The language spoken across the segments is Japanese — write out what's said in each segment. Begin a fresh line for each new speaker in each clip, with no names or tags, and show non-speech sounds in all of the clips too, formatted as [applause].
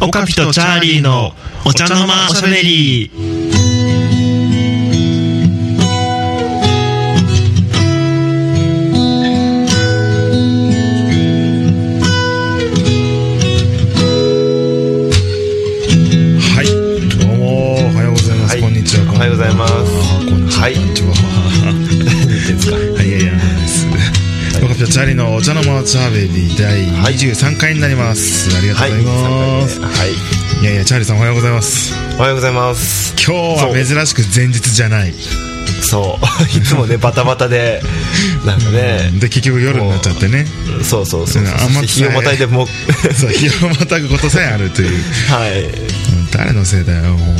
オカピとチャーリーのお茶の間おしゃべり
はい、どうも、おはようございます。
はい
こんにちは。
おはようございます
こんにちは。
はい
こんにちは。はい、いやいや、ないです。僕たちチャリのお茶の間チャーベリー第
はい
23回になります。ありがとう
は
ご
い、
ざいます。
はい、
いやいや、チャーリーさんおはようございます。
おはようございます。
今日は珍しく前日じゃない。
そう、 [laughs] いつもね、バタバタで、なんかね、
で、結局夜になっちゃってね。
そうそうそうそう、
うんあんま
そして日をまたいでもう、 [laughs]
[laughs] そう、日をまたぐことさえあるという。
はい、ね
誰のせいだよ、もう。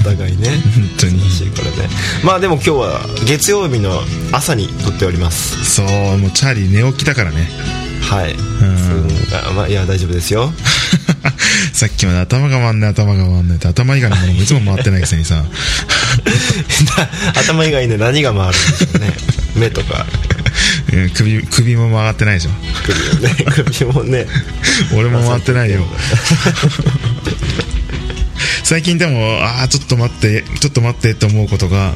お互いね、
本当に
楽。しいからね。まあでも今日は月曜日の朝に撮っております。
そう、もうチャーリー寝起きだからね。
はい、
ん
うんあまあいや大丈夫ですよ。 [laughs]
[laughs] さっきまで頭が回んない頭が回んないって頭以外のものもいつも回ってないくせにさ
頭以外で何が回るんでしょうね。目とか
うん首首も曲がってないでしょ
首もね、首 [laughs] もね。
俺も回って
[laughs]
ないよ最近でもああちょっと待ってちょっと待ってって思うことが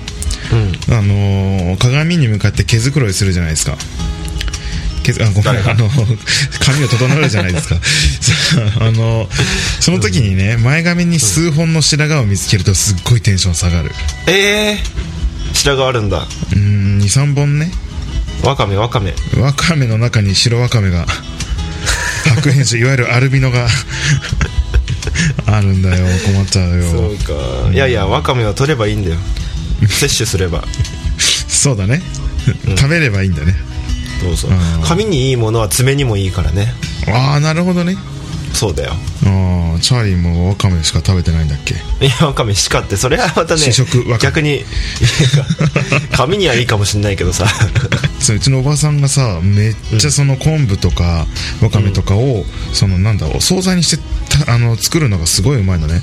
うん。
あのー鏡に向かって毛づくろいするじゃないですか毛づあごめ
誰
ん
が
あの髪を整えるじゃない
[laughs]
ですかそうあのその時にね前髪に数本の白髪を見つけるとすっごいテンション下がる
ええー、白があるんだ。
うん23本ね
わかめわかめ。
わかめの中に白わかめが白変種いわゆるアルビノがあるんだよ困っちゃうよ
そうかいやいやわかめは取ればいいんだよ摂取すれば
そうだね食べればいいんだね
どうぞ
うん
髪にいいものは爪にもいいからね
ああなるほどね
そうだよ
ああチャーリーもわかめしか食べてないんだっけ
いやわかめしかってそれはまたね
試食わかめ
逆にいや髪にはいいかもしんないけどさ
そううちのおばさんがさめっちゃその昆布とかわかめとかを、そのなんだお惣菜にしてたあの作るのがすごいうまいのね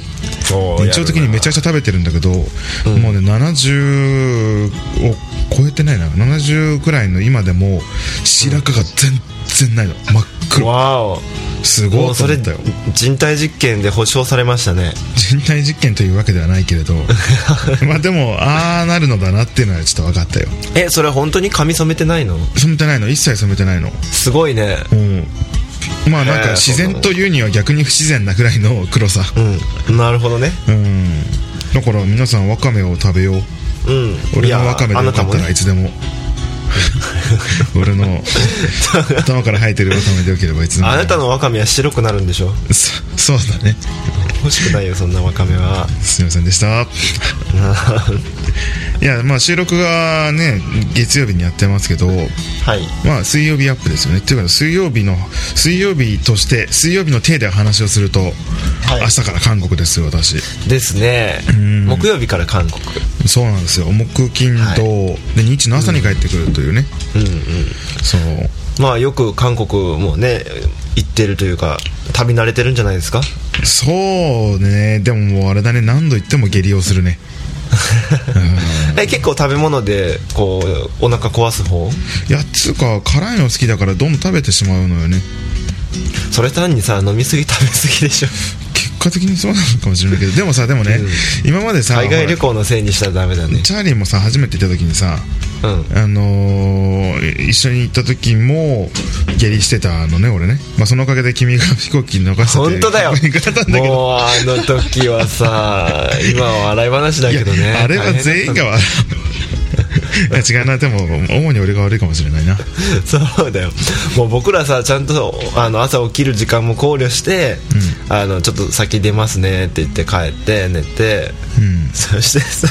日常的にめちゃくちゃ
ち
食べてるんだけど、
うん
もうね70を超えてないな70くらいの今でも白髪が全然ないの真っ黒
わお
す
も
ご
う
いと
そ
思
れ
ったよ
人体実験で保証されましたね
人体実験というわけではないけれ
[laughs]
どまあでもああなるのだなっていうのはちょっと分かったよ
えそれ本当に髪染めてないの
染めてないの一切染めてないの
すごいね
うんまあなん
へ
か
え
自然というには逆に不自然なぐらいの黒さ
うんなるほどね
うんだから皆さんわかめを食べよう
うんい
俺
や
のワカメで
あ
よ
な
か
た
っ
も
たら
ね
いつでも俺の頭から生えてるワカメでよければいつでも
あなたのわかめは白くなるんでしょ
そそうだね
欲しくないよそんなわかめは
すいませんでした
[laughs]
いやまあ収録がね月曜日にやってますけど
はい
まあ水曜日アップですよねっていうか水曜日の水曜日として水曜日の体で話をすると、
い
明日から韓国ですよ私
ですね
ん
木曜日から韓国
そうなんですよ木金土、
はい
で日の朝に帰ってくるというね、
うんうん
そう
まあよく韓国もね行ってるというか旅慣れてるんじゃないですか
そうねでももうあれだね何度言っても下痢をするねうん
え結構食べ物でこうお腹壊す方
いやつうか辛いの好きだからどんどん食べてしまうのよね
それ単にさ飲みすぎ食べすぎでしょ
結果的にそうなのかもしれないけどでもさでもね、今までさ
海外旅
ほ
行のせいにしたらダメだね
らチャーリーもさ初めて行った時にさ
うん
あのー一緒に行った時も下痢してたのね俺ね、まあ、そのおかげで君が飛行機逃してて
本当だよ
行かれたんだけど
もうあの時はさ今は笑い話だけど
い
ね
やあれは全員が悪いいや違うな [laughs] でも主に俺が悪いかもしれないな
[laughs] そうだよもう僕らさちゃんとあの朝起きる時間も考慮して、あのちょっと先出ますねって言って帰って寝て、
うん
そしてさ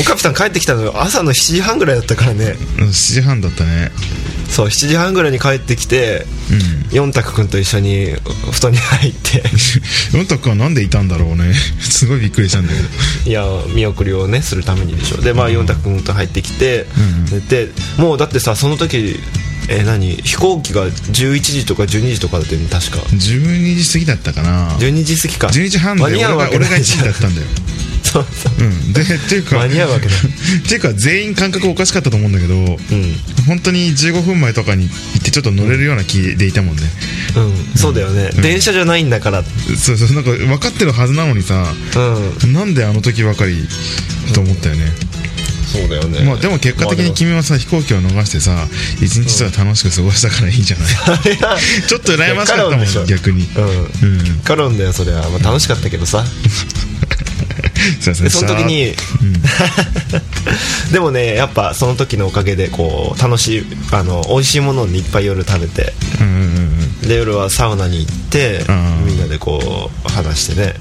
おかぴさん帰ってきたのよ朝の7時半ぐらいだったからね
7時半だったね [laughs]
そう7時半ぐらいに帰ってきて、四択くんと一緒に布団に
[laughs]
入って
ヨンタ君はなんでいたんだろうねすごいびっくりしたんだけど
いや見送りをねするためにでしょでまあ四太君と入ってきて、
うん
寝てもうだってさその時えー何飛行機が11時とか12時とかだったよね確か
12時過ぎだったかな
12時過ぎか
12時半で
間に
俺
合う
が
わけ
俺が
な
1
いじ
時
ゃん
だったんだよ
そうそう
うん、
[laughs]
でっていうか
間に合うわけだ
[laughs] っていうか全員感覚おかしかったと思うんだけど、本当に15分前とかに行ってちょっと乗れるような気でいたもんね、
うん、そうだよね、電車じゃないんだからう
そうそうなんか分かってるはずなのにさ
ん
なんであの時ばかりと思ったよね、
そうだよね
まあでも結果的に君はさ飛行機を逃してさ一日さ楽しく過ごしたからいいじゃないちょっと羨ましかったも
いや彼はでしょ
ん逆に
まあでもうん
うん
カロンだよそれは、まあ、楽しかったけどさ
そうそう
でその時に、 [laughs] でもねやっぱその時のおかげでこう楽しいあの美味しいものにいっぱい夜食べて
うんうんうんうん
で夜はサウナに行って
うん
みんなでこう話してね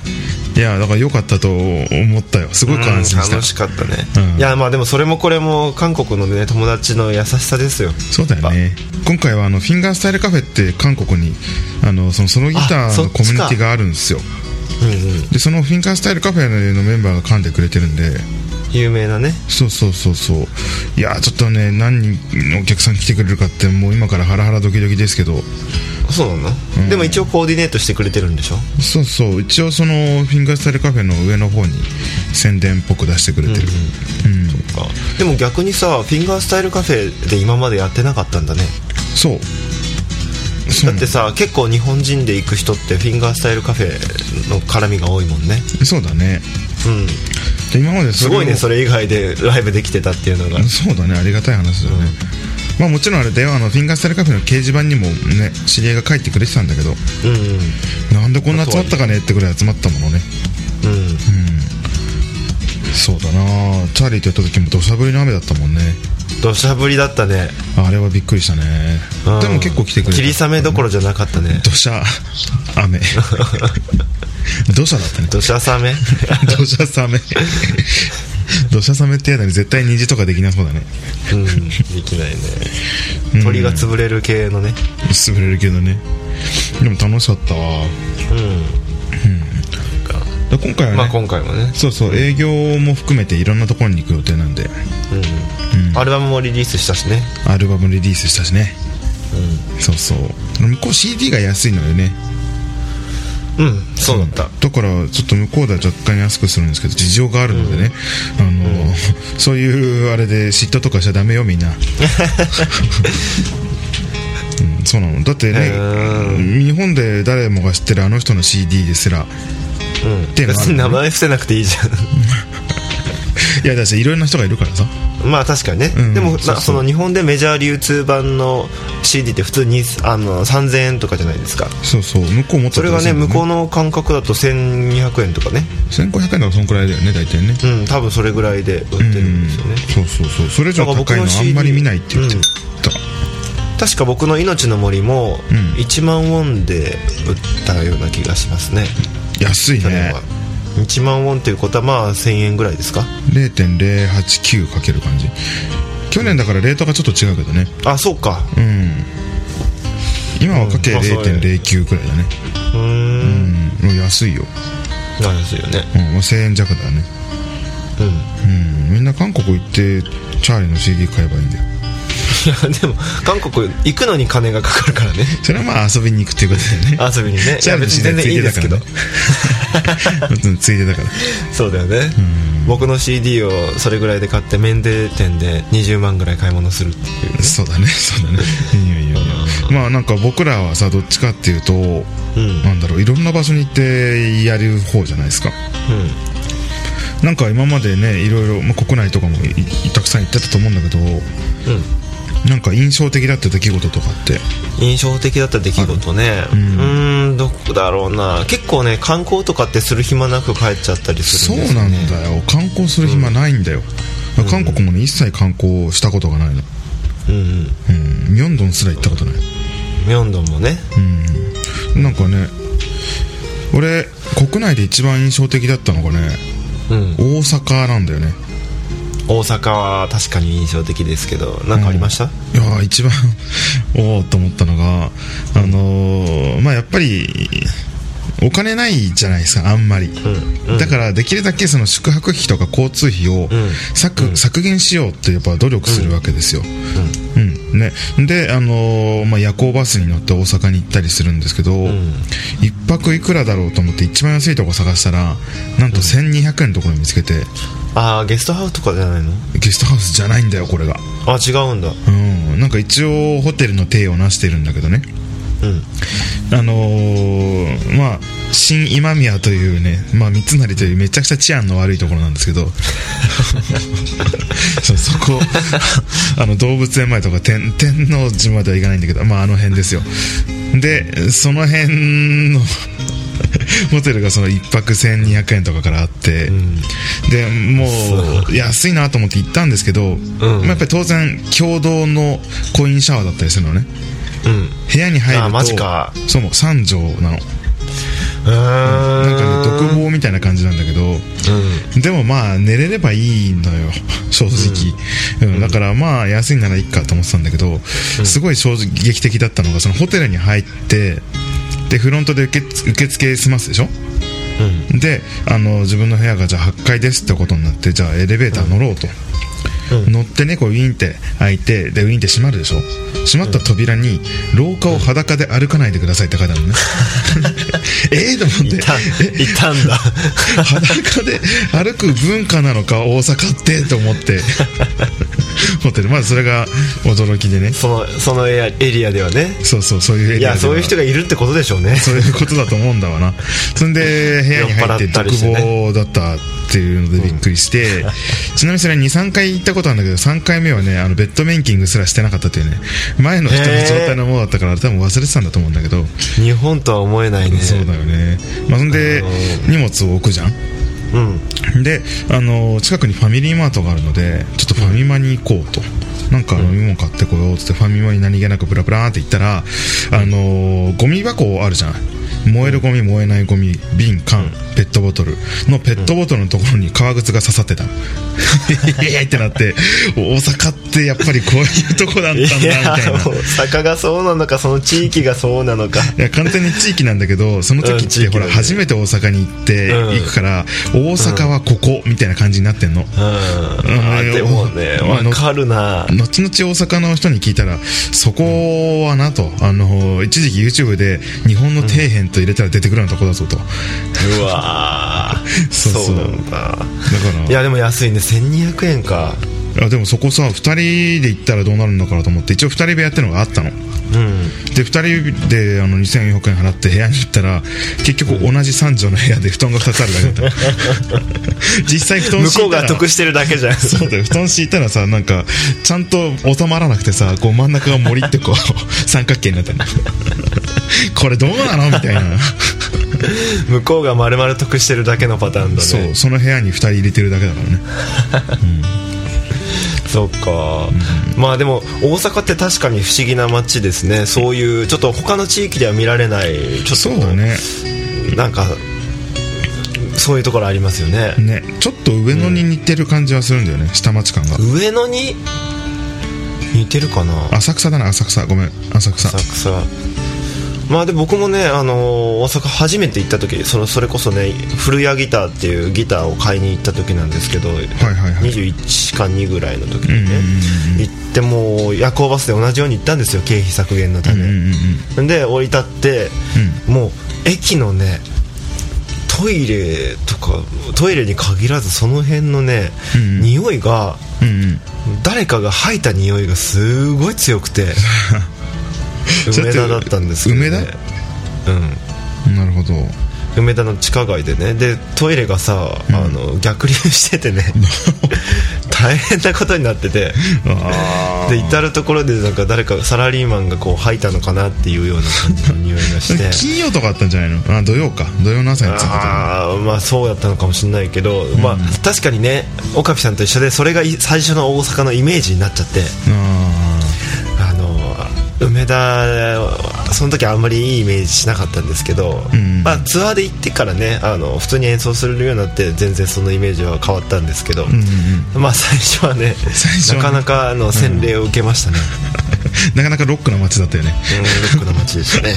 いやだから良かったと思ったよすごく
うん
安心した、
楽しかったね、
うん
いやまあでもそれもこれも韓国のね友達の優しさですよ
そうだよね今回はあのフィンガースタイルカフェって韓国にあのそのソロギタ
あ
ー
そっ
の
ちか
コミュニティがあるんですよ
うんうん
でそのフィンガースタイルカフェのメンバーが噛んでくれてるんで
有名なね
そうそうそうそういやちょっとね何人のお客さん来てくれるかってもう今からハラハラドキドキですけど
そうなの、でも一応コーディネートしてくれてるんでしょ
そうそう一応そのフィンガースタイルカフェの上の方に宣伝っぽく出してくれてるうん、
かでも逆にさフィンガースタイルカフェで今までやってなかったんだね
そうそう
だってさ結構日本人で行く人ってフィンガースタイルカフェの絡みが多いもんね
そうだね
うん
で今まですそれを
ごいねそれ以外でライブできてたっていうのが
そうだねありがたい話だよね、まあもちろんあれだよあのフィンガースタイルカフェの掲示板にもね知り合いが書いてくれてたんだけど
うん
なんでこんな集まったかねってぐらい集まったものね
うんうん
そうだなチャーリーとやった時も土砂降りの雨だったもんね
土砂降りだったね、
あれはびっくりしたね
うん
でも結構来てくれた
霧雨どころじゃなかったね
土砂
[laughs]
雨土砂だったね
土砂 [laughs] 雨
土砂雨土砂雨ってやだね絶対虹とかできなそうだね
うんできないね鳥が潰れる系のね
滑れるけどねでも楽しかったわ
うん、か
で今回はね、
まあ今回もね
そうそう営業も含めていろんなところに行く予定なんで
うん、アルバムもリリースしたしね
アルバムリリースしたしね
う
そうそう向こう CD が安いのよね
ん、うん、そうだった、
だからちょっと向こうでは若干安くするんですけど事情があるのでね、あのそういうあれで嫉妬とかしちゃダメよみ
[laughs]
んな、うん、そうなのだってね
へ
日本で誰もが知ってるあの人の CD ですら
うん、
ていうのがあ
別
る
に名前伏せなくていいじ
いやだしいろんな人がいるからさ
ゃん [laughs] まあ確かにね、
うん
でもな
そうそう
その日本でメジャー流通版の CD って普通にあの3000円とかじゃないですか
そうそう向こう持って
それがね向こう
の
の感覚だと1200円とかね
1500円とかそんくらいだよね大体ね
うん多分それぐらいで売ってるんですよね、
そうそうそうそれ以上高いの
なんか僕の
あ
CD
んまり見ないって言ってた、
確か僕の「命の森」も
うん
1万ウォンで売ったような気がしますね
安い
去年
ね
は、1万ウォンということはまあ1000円ぐらいですか
0.089かける感じ去年だからレートがちょっと違うけどね
あそうか
うん今はかけ
うんまあそうだよね
0.09くらいだね
うーん
うんもう安いよ、
なんですよね
うん、もう1000円弱だね
うん
う
[laughs]
んみんな韓国行ってチャーリーの CD 買えばいいんだよ
いやでも韓国行くのに金がかかるからね [laughs]
それはまあ遊びに行くっていうことだよね
遊びにねい
チャ
や
ーリーの
別
CD は
に全
つい
然いい
て
で
だか
すけ
ら
ど
ね [laughs] うんついてだから
そうだよね僕の CD をそれぐらいで買って免税店で20万ぐらい買い物するっていうね
そうだねそうだねいやいやいやまあなんか僕らはさどっちかっていうと、
ん
なんだろういろんな場所に行ってやる方じゃないですかなんか今までねいろいろ、まあ、国内とかもいいたくさん行ってたと思うんだけど
うん、うん、
なんか印象的だった出来事とかって
印象的だった出来事ねう
うん
ーんどこだろうな結構ね観光とかってする暇なく帰っちゃったりす
そ
る
うん
ですよ
なん
ね
だよ観光する暇ないんだよ、韓国もね一切観光したことがないの
うんうん
うんミョンドンすら行ったことない
ミョンドンもね
うんなんかね俺国内で一番印象的だったのがね
うん
大阪なんだよね
大阪は確かに印象的ですけど何かありました、
いやー一番おおと思ったのがあのーまあやっぱりお金ないじゃないですかあんまり、
んうん
だからできるだけその宿泊費とか交通費を
ん
削,、削減しようってやっぱ努力するわけですよ、うんね、で、あのーまあ、夜行バスに乗って大阪に行ったりするんですけど、一泊いくらだろうと思って一番安いとこ探したらなんと1200円のところに見つけて、
ああゲストハウスとかじゃないの
ゲストハウスじゃないんだよこれが
あ違うんだ
うんなんか一応ホテルの体をなしてるんだけどね
うん
あのーまあ新今宮というね、まあ、三成というめちゃくちゃ治安の悪いところなんですけど [laughs] そうそこ [laughs] あの動物園前とか天天王寺までは行かないんだけど、まあ、あの辺ですよでその辺の [laughs] ホテルがその1泊1200円とかからあって、でもう安いなと思って行ったんですけど、まあ、やっぱり当然共同のコインシャワーだったりするのね
うん
部屋に入ると
あマジか
そうもう3畳なのなんかね独房みたいな感じなんだけどでもまあ寝れればいいのよ [laughs] 正直、うんだからまあ安いならいいかと思ってたんだけど、すごい衝撃的だったのがそのホテルに入ってでフロントで受け受付済ますでしょであの自分の部屋がじゃあ8階ですってことになってじゃあエレベーター乗ろうと、乗ってねこうウィンって開いてでウィンって閉まるでしょ閉まった扉に「廊下を裸で歩かないでください」って書いてあ
[laughs]
るのねええと思って
いたいたんだ [laughs]
裸で歩く文化なのか大阪ってと思って
[laughs]
ホテルまずそれが驚きでね
そのそのエリアエリアではね
そうそうそういうエリア
い
では
やそういう人がいるってことでしょうね
そういうことだと思うんだわなそんで部屋に入って
酔っ払った
独
りしてね
房だったっていうのでびっくりして、ちなみにそれ23回行ったことあるんだけど3回目はねあのベッドメイキングすらしてなかったというね前の人の状態のものだったから多分忘れてたんだと思うんだけど、
日本とは思えないね
そうだよね、まあ、そんで荷物を置くじゃん
うん
で、あの近くにファミリーマートがあるのでちょっとファミマに行こうとなんか飲み物買ってこようっつってファミマに何気なくブラブラーって行ったら、あのゴミ箱あるじゃん燃えるゴミ燃えないゴミ瓶缶ペットボトルのペットボトルのところに革靴が刺さってたいやいやってなって大阪ってやっぱりこういうとこだったんだみ
いや
たいな
もう坂がそうなのかその地域がそうなのか
いや完全に地域なんだけどその時
う
っ
ん地
て
域
ほ
だ
ら
ね
初めて大阪に行って
うん
行くから大阪はここみたいな感じになってんの
うんあでもね
まあ
わかるな
後々大阪の人に聞いたらそこはなとあの一時期 YouTube で日本の底辺と入れたら出てくるようなとこだぞとだか
うわー
そうそう
そうなんだい
ら
やでも安いね1200円か
あでもそこさ2人で行ったらどうなるのかなと思って一応2人部屋ってのがあったの
うん
で2人であの2400円払って部屋に行ったら結局同じ3畳の部屋で布団が2つあるだけだった
[laughs]
実際布団
向
敷
こ
いうた
が
ら
得してるだけじゃん
そうだよ布団敷いたらさなんかちゃんと収まらなくてさこう真ん中が森ってこう [laughs] 三角形になってるこれどうなのみたいな
向こうが丸々得してるだけのパターンだね
そうその部屋に2人入れてるだけだからね
そっか、まあでも大阪って確かに不思議な街ですねそういうちょっと他の地域では見られないちょっと
そうだね
なんかそういうところありますよね
ねちょっと上野に似てる感じはするんだよね下町感が
上野に似てるかな
浅草だな浅草ごめん浅草
浅草まあで僕もね、あのー大阪初めて行った時そのそれこそね古谷ギターっていうギターを買いに行った時なんですけど、
はいはい
21か2ぐらいの時
うん
に
うん
ね、行ってもう夜行バスで同じように行ったんですよ経費削減のた
うん
め、
うんうん
で降り立って、もう駅のねトイレとかトイレに限らずその辺のね、
うんうん
匂いが
うんうん
誰かが吐いた匂いがすごい強
[laughs]
くて
それ
梅
って
田だったんですけど、ね、
梅田
うん
うんなるほど
梅田の地下街でねでトイレがさ、あの逆流しててね大変なことになってて
あ
で至る所でなんか誰かサラリーマンがこう吐いたのかなっていうような感じの匂いがして
[laughs] 金曜とかあったんじゃないのあ土曜か土曜の朝に着いた
あーまあそうやったのかもしれないけど、まあ確かにね岡部さんと一緒でそれがい最初の大阪のイメージになっちゃって
時あ
あの梅田その時あんまりいいイメージしなかったんですけど、
うん
まあ、ツアーで行ってからねあの普通に演奏するようになって全然そのイメージは変わったんですけど、
ーうんうん [laughs] うん
まあ最初はね
最初はね
なかなかあの洗礼を受けましたね、
なかなかロックな街だったよね
うん、ロックの街でした
[laughs]
ね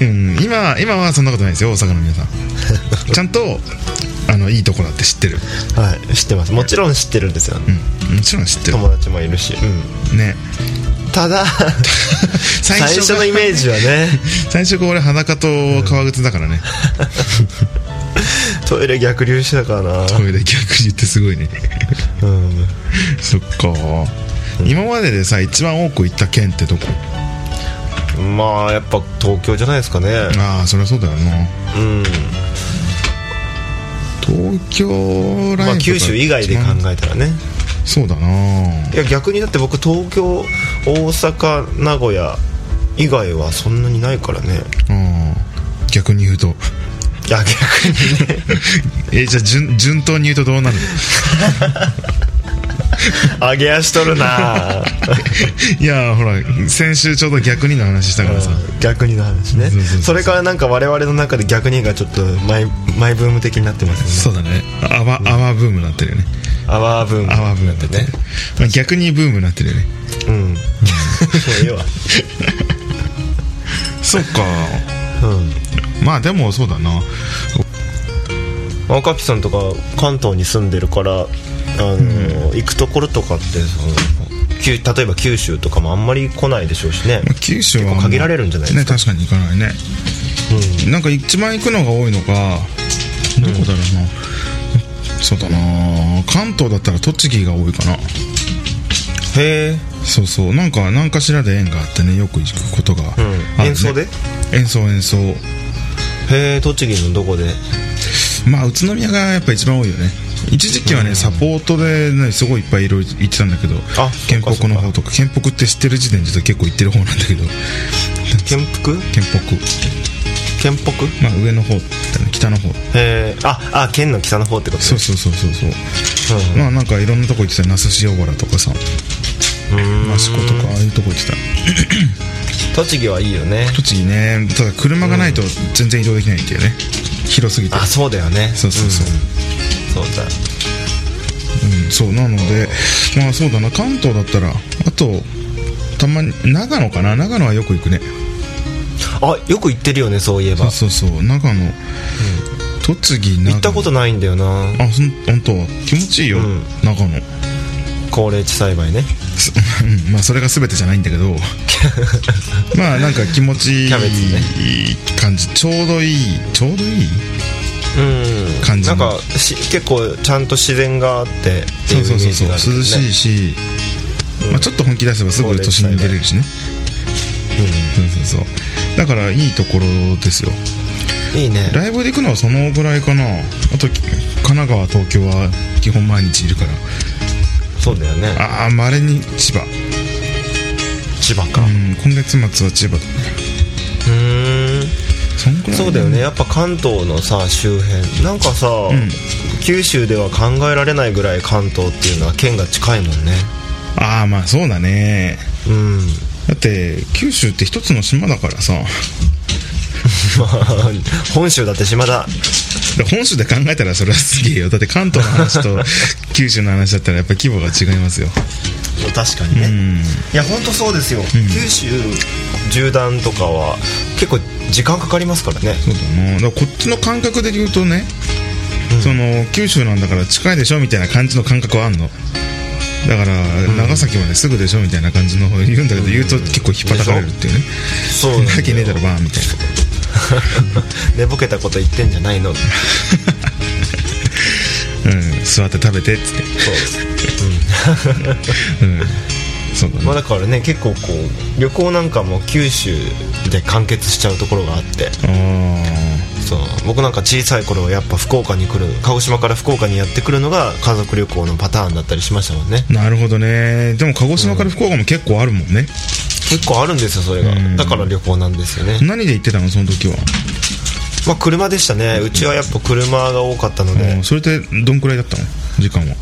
うん、今は今はそんなことないですよ大阪の皆さ
[laughs]
んちゃんとあのいいとこだって知ってる、
はい知ってますもちろん知ってるんですよ、
うん、もちろん知ってる
友達もいるし、うん
ね [laughs]
ただ
最
最
初が
初のイメージ
[laughs]
はね
最初が俺裸と革靴だから
[laughs]
ね、
トイレ逆流してたからな
トイレ逆に言ってすごいね [laughs]
うん
そっか今まででさ一番多く行った県ってどこ
まあやっぱ東京じゃないですかね
ああそりゃそうだよな
うん
東京ライブ
まあ九州以外で考
え
えたらね
そうだない
や逆にだって僕東京大阪名古屋以外はそんなにないからね
うん逆に言うと
いや逆にね
えじゃあ順順当に言うとどうなるの
上げ足取るな
[laughs]
い
やーほら先週ちょうど逆にの話したからさ
逆にの話ね
そうそうそう
それからなんか我々の中で逆にがちょっとマイマイブーム的になってますよね
そうだねアワアワブームになってるよね
アワーブーム
アワーブームになってる、ねまあ、逆にブームになってるよね
うんもういいわ
そっか
[laughs] うん
まあでもそうだな
まあ岡木さんとか関東に住んでるからあの、行くところとかってそのきゅ例えば九州とかもあんまり来ないでしょうしね
まあ九州は
結構限られるんじゃないですか
ね確かに行かないね、なんか一番行くのが多いのがどこだろうな、そうだな関東だったら栃木が多いかな
へえ
そうそうなんか何かしらで縁があってねよく行くことがあるね、
うん演奏で
演奏演奏
へえ栃木のどこで
まあ宇都宮がやっぱ一番多いよね一時期はね、サポートで、ね、すごいいっぱいいろいろ行ってたんだけど
あ
県
そ
北
うか
の方とか県北って知ってる時点で結構行ってる方なんだけど
県北
県北
県北
まあ上の方だね北の方
へえああ県の北の方ってこと
そう
ね
そうそうそうそう
うん
まあなんかいろんなとこ行ってたよ那須塩原とかさ
うん
益子とかああいうとこ行ってた
栃木はいいよね
栃木ねただ車がないと全然移動できないんだよね広すぎて
あそうだよね
そうそうそう、
そうだ
うんそうなのでまあそうだな関東だったらあとたまに長野かな長野はよく行くね
あよく行ってるよねそういえば
そうそうそう長野、栃木長野
行ったこと
ない
ないんだよな
あほん本当気持ちいいよ、
うん
長野
高齢地栽培ね
すうんまあそれが全てじゃないんだけ
[laughs]
どまあなんか気持ちいい
キャベツね
感じ、ちょうどいいちょうどいい
うん
感じ
な
の
んかし結構ちゃんと自然があってって
そ
いううイメ
そうそう
ー
そう
ジがあるよね
涼しいし、まあ、ちょっと本気出せばすぐ都心に出れるしねそうそうそうだからいいところですよ
うんいいね
ライブで行くのはそのぐらいかなあとき神奈川東京は基本毎日いるから
そうだよね
ああまれに千葉
千葉か
うん今月末は千葉だ
うん
そんくらい
そうだよねやっぱ関東のさ周辺なんかさ、
ん
九州では考えられないぐらい関東っていうのは県が近いもんね
ああまあそうだね
うん [laughs]
だって九州って一つの島だからさ
まあ本州だって島だ
で本州で考えたらそれはすげえよだって関東の話
[laughs]
と九州の話だったらやっぱ規模が違いますよ
確かにね、
うん
いや本当そうですよ、九州縦断とかは結構時間かかりますからね
そうだなだからこっちの感覚で言うとね、その九州なんだから近いでしょみたいな感じの感覚はあんのだから、長崎まですぐでしょみたいな感じの方言うんだけど、言うと結構引っ張たかれるっていうね
そう
「
な
[laughs]
んだ
な
よ
きねえだろば」みたいな
[laughs] 寝ぼけたこと言ってんじゃないのそう
うん、座って食べてっつって、うん、そうだね、
まあだからね結構こう旅行なんかも九州で完結しちゃうところがあって
あ
そう僕なんか小さい頃はやっぱ福岡に来る鹿児島から福岡にやってくるのが家族旅行のパターンだったりしましたもんね
あなるほどねでも鹿児島から福岡も結構あるもんね、
結構あるんですよそれが
うん
だから旅行なんですよね、
何で行ってたのその時は、
まあ、車でしたねうちはやっぱ車が多かったので、
うんそれってどんくらいだったの時間は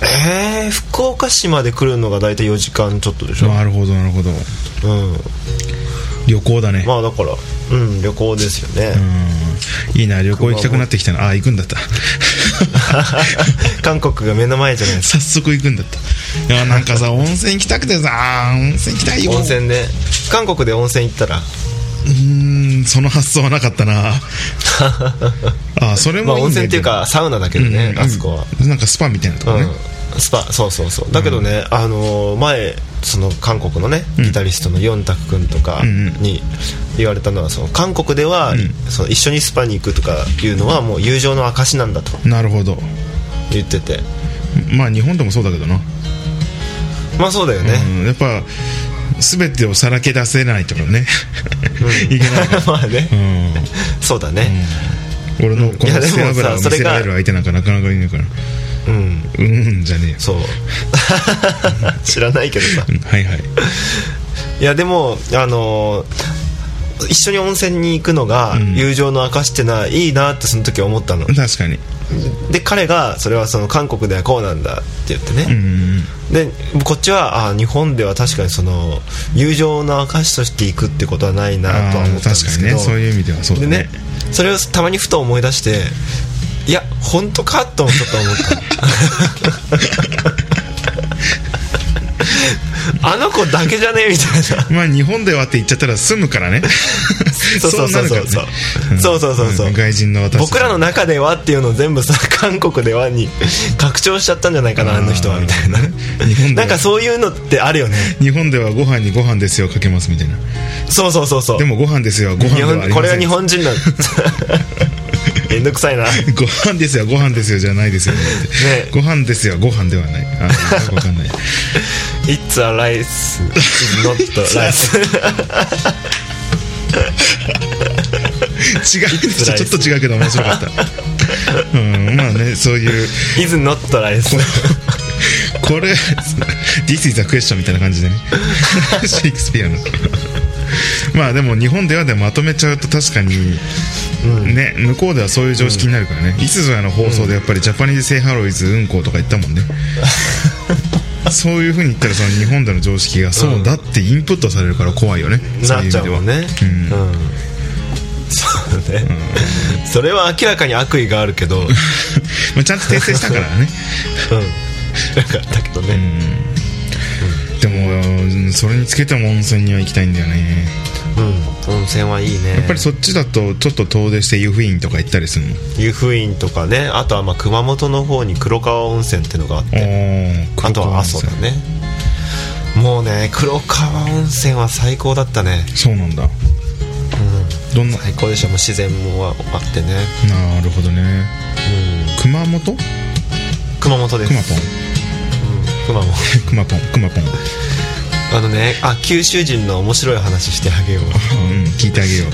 えー、福岡市まで来るのが大体4時間ちょっとでしょ、
なるほどなるほど
うん
旅行だね、
まあだからうん旅行ですよね、
うんいいな旅行行きたくなってきたなあー行くんだった
[laughs] 韓国が目の前じゃないです
早速行くんだったいやなんか
[laughs]
さ温泉行きたくてさあー温泉行きたいよ
か温泉ね韓国で温泉行ったら
うーんその発想はなかった
[laughs]
なあーそれ
まあ
もいい、ね、
温泉っていう
で
かサウナだけど
も
ね、
うん
あそこは、
なんかスパみたいなとこ
う
ね、
んスパそうそうそうだけどね、あのー前その韓国のねギタリストのヨンタク君とか
うんうん
に言われたのはその韓国では、その一緒にスパに行くとかいうのはもう友情の証なんだと
なるほど
言ってて
まあ日本でもそうだけどな、
まあそうだよね、
うん、やっぱ全てをさらけ出せないとかね [laughs] いけないか
[laughs] まあね、
ら、うん、
そうだね
俺のこ
い
の
やでも
背脂を見
さそれ
せ
が
られる相手なんかなかなかいないから
うん、
うんじゃねえよ [laughs]
そう知らないけどさ
うんはいはい
いやでもあのー一緒に温泉に行くのが
ん
友情の証ってな、いいなってその時思ったの
確かに
で彼がそれはその韓国ではこうなんだって言ってね、
うん
でこっちはあ日本では確かにその友情の証として行くってことはないなとは思
あ
っ
ー
たんで
確
す
か
け
に
ど
ねそういう意味ではそうだ
で
ね
ねそれをたまにふと思い出していや本当かともちょっと思
[laughs]
った [laughs] あの子だけじゃねみたいな
まあ日本ではって言っちゃったら済むからね
[laughs] そうそうそ
な
うそう
るからね
そうそうそうそうん
外人の私
僕らの中ではっていうのを
[laughs]
全部さ韓国ではに [laughs] 拡張しちゃったんじゃないかなあの人はみたいな
日本で
なん
は
かそういうのってあるよね
日本ではご飯にご飯ですよかけますみたいな
そうそうそうそう
でもご飯ですよはご飯
日
ではありません
本これは日本人なん [laughs] めんどくさいな
[laughs] ご飯ですよご飯ですよじゃないですよね
ね
ご飯ですよご飯ではないあーよくわかんない
It's a rice It's not
[laughs]
rice
違うんですよちょっと違うけど面白かったうんまあねそういう
It's not rice
[laughs] これ This is a question みたいな感
[laughs]
じでねシェイクスピアのまあでも日本ではでまとめちゃうと確かに、ね向こうではそういう常識になるからね、いつぞやの放送でやっぱりジャパニーズ・セイ・ハロイズうんこうとか言ったもんねそういうふうに言ったらその日本での常識がそうだってインプットされるから怖いよね、そう
な
いう
っ
意
ちゃ
味で
うも
は
んね
うん
うんそうねそれは明らかに悪意があるけどうん
[laughs] まあちゃんと訂正したからね
[laughs] なかったけどね
でもうんそれにつけても温泉には行きたいんだよね
うん温泉はいいね
やっぱりそっちだとちょっと遠出して湯布院とか行ったりするの
湯布院とかねあとはまあ熊本の方に黒川温泉っていうのがあって
おー
あとは阿蘇だねもうね黒川温泉は最高だったね
そうなんだどんな
最高でしょもう自然もあってね
なるほどね
うん
熊本
熊本です
熊ポン [laughs]
熊本
熊ポン熊ポン
あのねあ九州人の面白い話してあげよう
[laughs] うん聞いてあげよ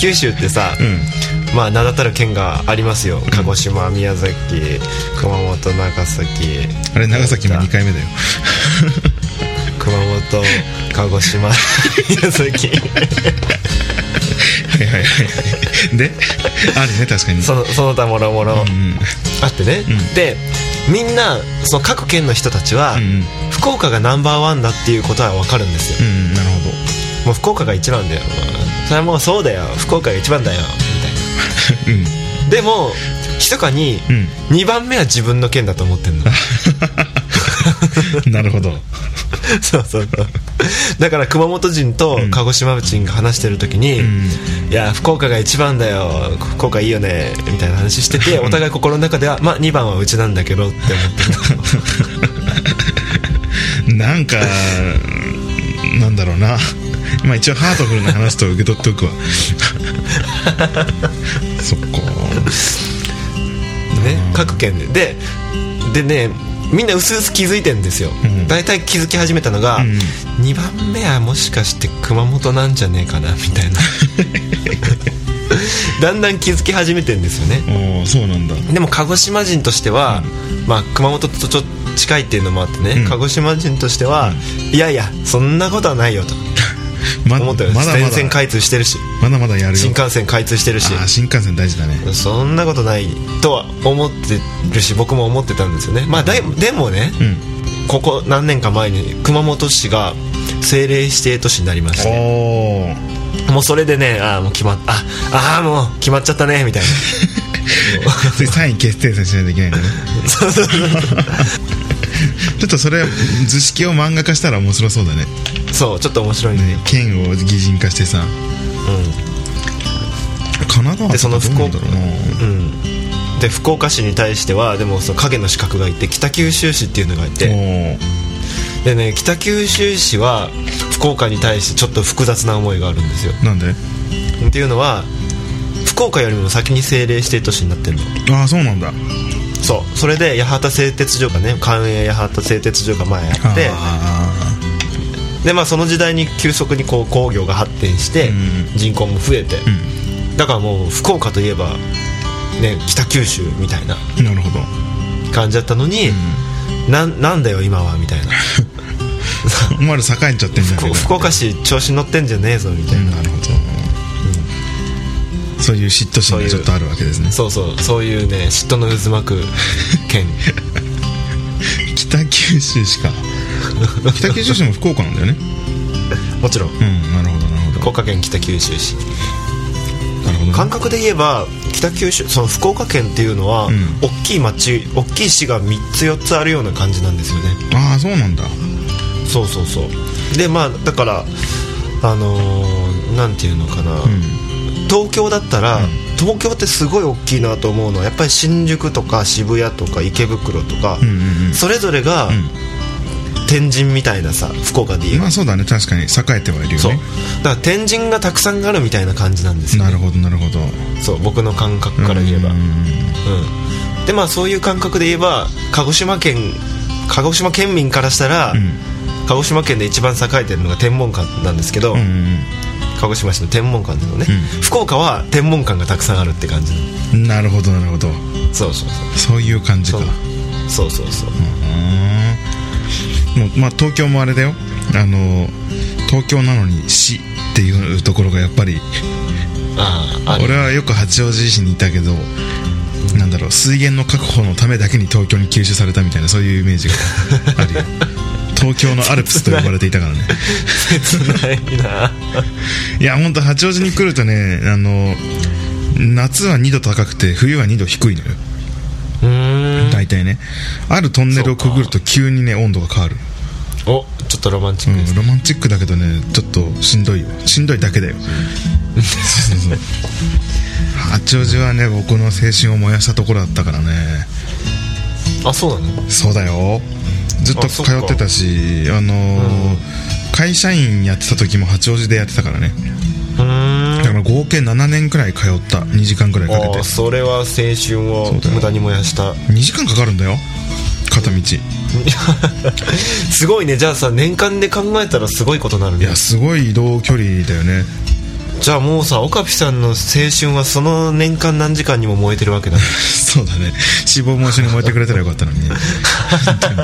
九州ってさ、
ううん
まあ名だたる県がありますよ鹿児島宮崎熊本長崎
あれ長崎も2回目だよ
熊本鹿児島
[laughs]
宮崎
はいはいはいであるね確かに
そのその他もろもろ
うん
あってね、
うん
でみんなその各県の人たちは、
うんうん
福岡がナンバーワンだっていうことは分かるんですよ、
うんなるほど
もう福岡が一番だよそれはもうそうだよ福岡が一番だよみ
うん
たいなでも密かに
うん
2番目は自分の県だと思ってんの
なるほど
[laughs] そうそうそうだから熊本人と鹿児島人が話してる時に、
ん
いや福岡が一番だよ福岡いいよねみたいな話しててお互い心の中ではまあ2番はうちなんだけどって思ってるの
なんかなんだろうなまあ一応ハートフルな話と受け取ってお
[laughs]
くわそっか
ね各県でででねみんな薄々気づいてんですよ、
ん
大体気づき始めたのが、
ん
2番目はもしかして熊本なんじゃねえかなみた
[laughs]
いなだんだん気づき始めてんですよね
おーそうなんだ
でも鹿児島人としては、まあ、熊本とちょっと近いっていうのもあってね、
うん
鹿児島人としては、いやいやそんなことはないよと
ま
思ったよ、
まだま
全線
だ
開通してるし
まだまだやるよ
新幹線開通してるし
あー新幹線大事だね
そんなことないとは思ってるし僕も思ってたんですよねまあだいでもね、
うん
ここ何年か前に熊本市が政令指定都市になりまして
おお
もうそれでねああもう決まっああーもう決まっちゃったねみ
[laughs]
たいな
サイン決定戦しないといけないん
[laughs]
だね
そうそうそう
ちょっとそれ図式を漫画化したら面白そうだね
そうちょっと面白いね
ね剣を擬人化してさ神奈川
でその
とかどうなん
福
だ
岡
ろうな
うん、うん、で福岡市に対してはでもその影の資格がいて北九州市っていうのがいて
おー
でね北九州市は福岡に対してちょっと複雑な思いがあるんですよ
なんで
っていうのは福岡よりも先に政令指定都市になってるの
ああそうなんだ
そうそれで八幡製鉄所がね関営八幡製鉄所が前あって
あ
でまあその時代に急速にこう工業が発展して
うん
人口も増えて、
ー
だからもう福岡といえばね北九州みたいな
うんなるほど
感じだったのに、なん、なんだよ今はみたいな
お前ら栄えちゃってんじゃ
こ
ね
う
え
福
か
岡市調子乗ってんじゃねえぞみた
う
いな、
んなるほどそういう嫉妬心がちょっとあるわけですね
そうそうそういうね嫉妬の渦巻 [laughs] く県
北九州市か北九州市も福岡なんだよね
もちろん
うんなるほどなるほ
福岡県北九州市
どなるほどね
感覚で言えば北九州その福岡県っていうのは、
うん
大きい町大きい市が3つ4つあるような感じなんですよね
ああそうなんだ
そうそうそうでまあだからあのーなんていうのかな、
うん
東京だったら、
うん
東京ってすごい大きいなと思うのはやっぱり新宿とか渋谷とか池袋とか、
うんうんうん
それぞれが、天神みたいなさ福岡で言えば、
まあそうだね確かに栄えてはいるよ
そう
ね
だから天神がたくさんあるみたいな感じなんですよ、
な
ね、
るほどなるほど
そう僕の感覚から言えば
うんうんうん
うんでまあそういう感覚で言えば鹿児島県鹿児島県民からしたら、
うん
鹿児島県で一番栄えてるのが天文館なんですけど、
うんうん
鹿児島市の天文館なのね、
うん
福岡は天文館がたくさんあるって感じなの
うんなるほどなるほど
そうそうそう
そういう感じか
そうそうそうそう
うんもうまあ東京もあれだよあの東京なのに市っていうところがやっぱり
ああある
俺はよく八王子市にいたけどなんだろう水源の確保のためだけに東京に吸収されたみたいなそういうイメージがあ
[laughs]
るよ東京のアルプスと呼ばれていたからね
切ない
[laughs]
な
いや本当八王子に来るとねあの夏は2度高くて冬は2度低いのよ
うーん
大体ねあるトンネルをくぐると急にね温度が変わる
おちょっとロマンチ
う
ックです、
ん、ロマンチックだけどねちょっとしんどいよしんどいだけだよそうそうそう [laughs] 八王子はね僕の青春を燃やしたところだったからね
あそうなの
そうだよずっと
あ
通
そっか
ってたしあのー会社員やってた時も八王子でやってたからね
うーん
だから合計7年くらい通った2時間くらいかけ
あ
て
あそれは青春を無駄に燃やした
2時間かかるんだよ片道い
[laughs] すごいねじゃあさ年間で考えたらすごいことになるね
やすごい移動距離だよね [laughs]
じゃあもうさ岡ピさんの青春はその年間何時間にも燃えてるわけだ
そうだね脂肪も一緒に燃えてくれたらよかった
[laughs]
のにね本当に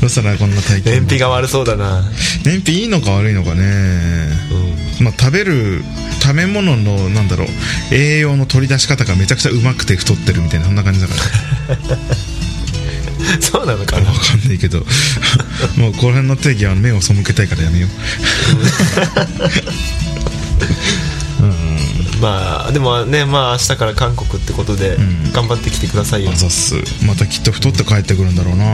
そしたらこんな体験
燃費が悪そうだな
[laughs] 燃費いいのか悪いのかね
うん
まあ食べる食べ物のなんだろう栄養の取り出し方がめちゃくちゃうまくて太ってるみたいなそんな感じだから [laughs]
そうなのかな
わかんないけど [laughs] もうこの辺の定義は目を背けたいからやめよ
まあでもねまあ明日から韓国ってことで
ん
頑張ってきてくださいうよ、
あざっすまたきっと太って帰ってくるんだろうな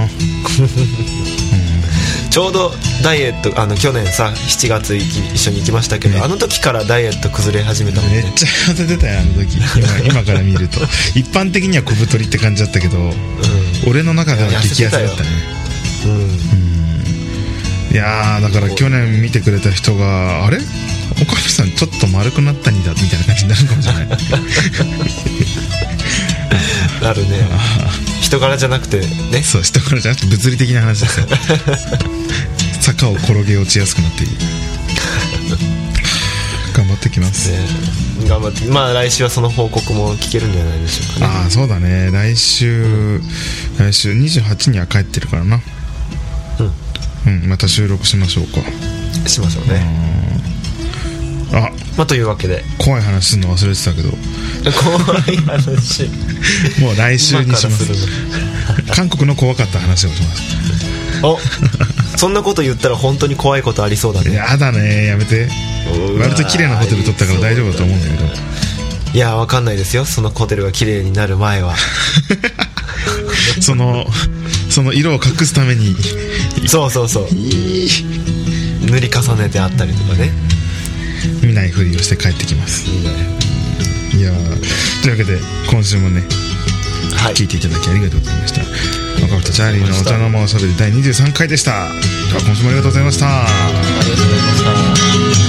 ちょうどダイエットあの去年さ7月行き一緒に行きましたけど、
ね
あの時からダイエット崩れ始めたもん
めっ
ね
ちゃ痩せてたよあの時
[laughs]
今今から見ると一般的には小太りって感じだったけど、俺の中では激痩せだ
い
っ
や痩せ
た
て
ね
う
[laughs]
ん
いやーだから去年見てくれた人があれ岡部さんちょっと丸くなったにだみたいな感じになるかもしれない
[laughs] なるね人柄じゃなくてね
そう人からじゃなくて物理的な話ですよ坂を転げ落ちやすくなっている頑張ってきます
ね頑張ってまあ来週はその報告も聞けるんじゃないでしょうかね
ああそうだね来週来週28には帰ってるからなうん、また収録しましょうか
しましょうね、
あ
まあというわけで
怖い話するの忘れてた [laughs] けど
怖い話
もう来週にします
今
韓国の怖かった話をします
[laughs] おそんなこと言ったら本当に怖いことありそうだね
やだねやめて
うわ
割と綺麗なホテル取ったから大丈夫だと思うんだけど
いやわかんないですよそのホテルが綺麗になる前は
そのその色を隠すために
そうそうそう塗り重ねてあったりとかね
見ないふりをして帰ってきます
いいね
いやーというわけで今週もね
はい
聞いていただきありがとうございました若林とチャーリーのお茶の間をしゃべり第23回でしたでは今週もありがとうございました
ありがとうございました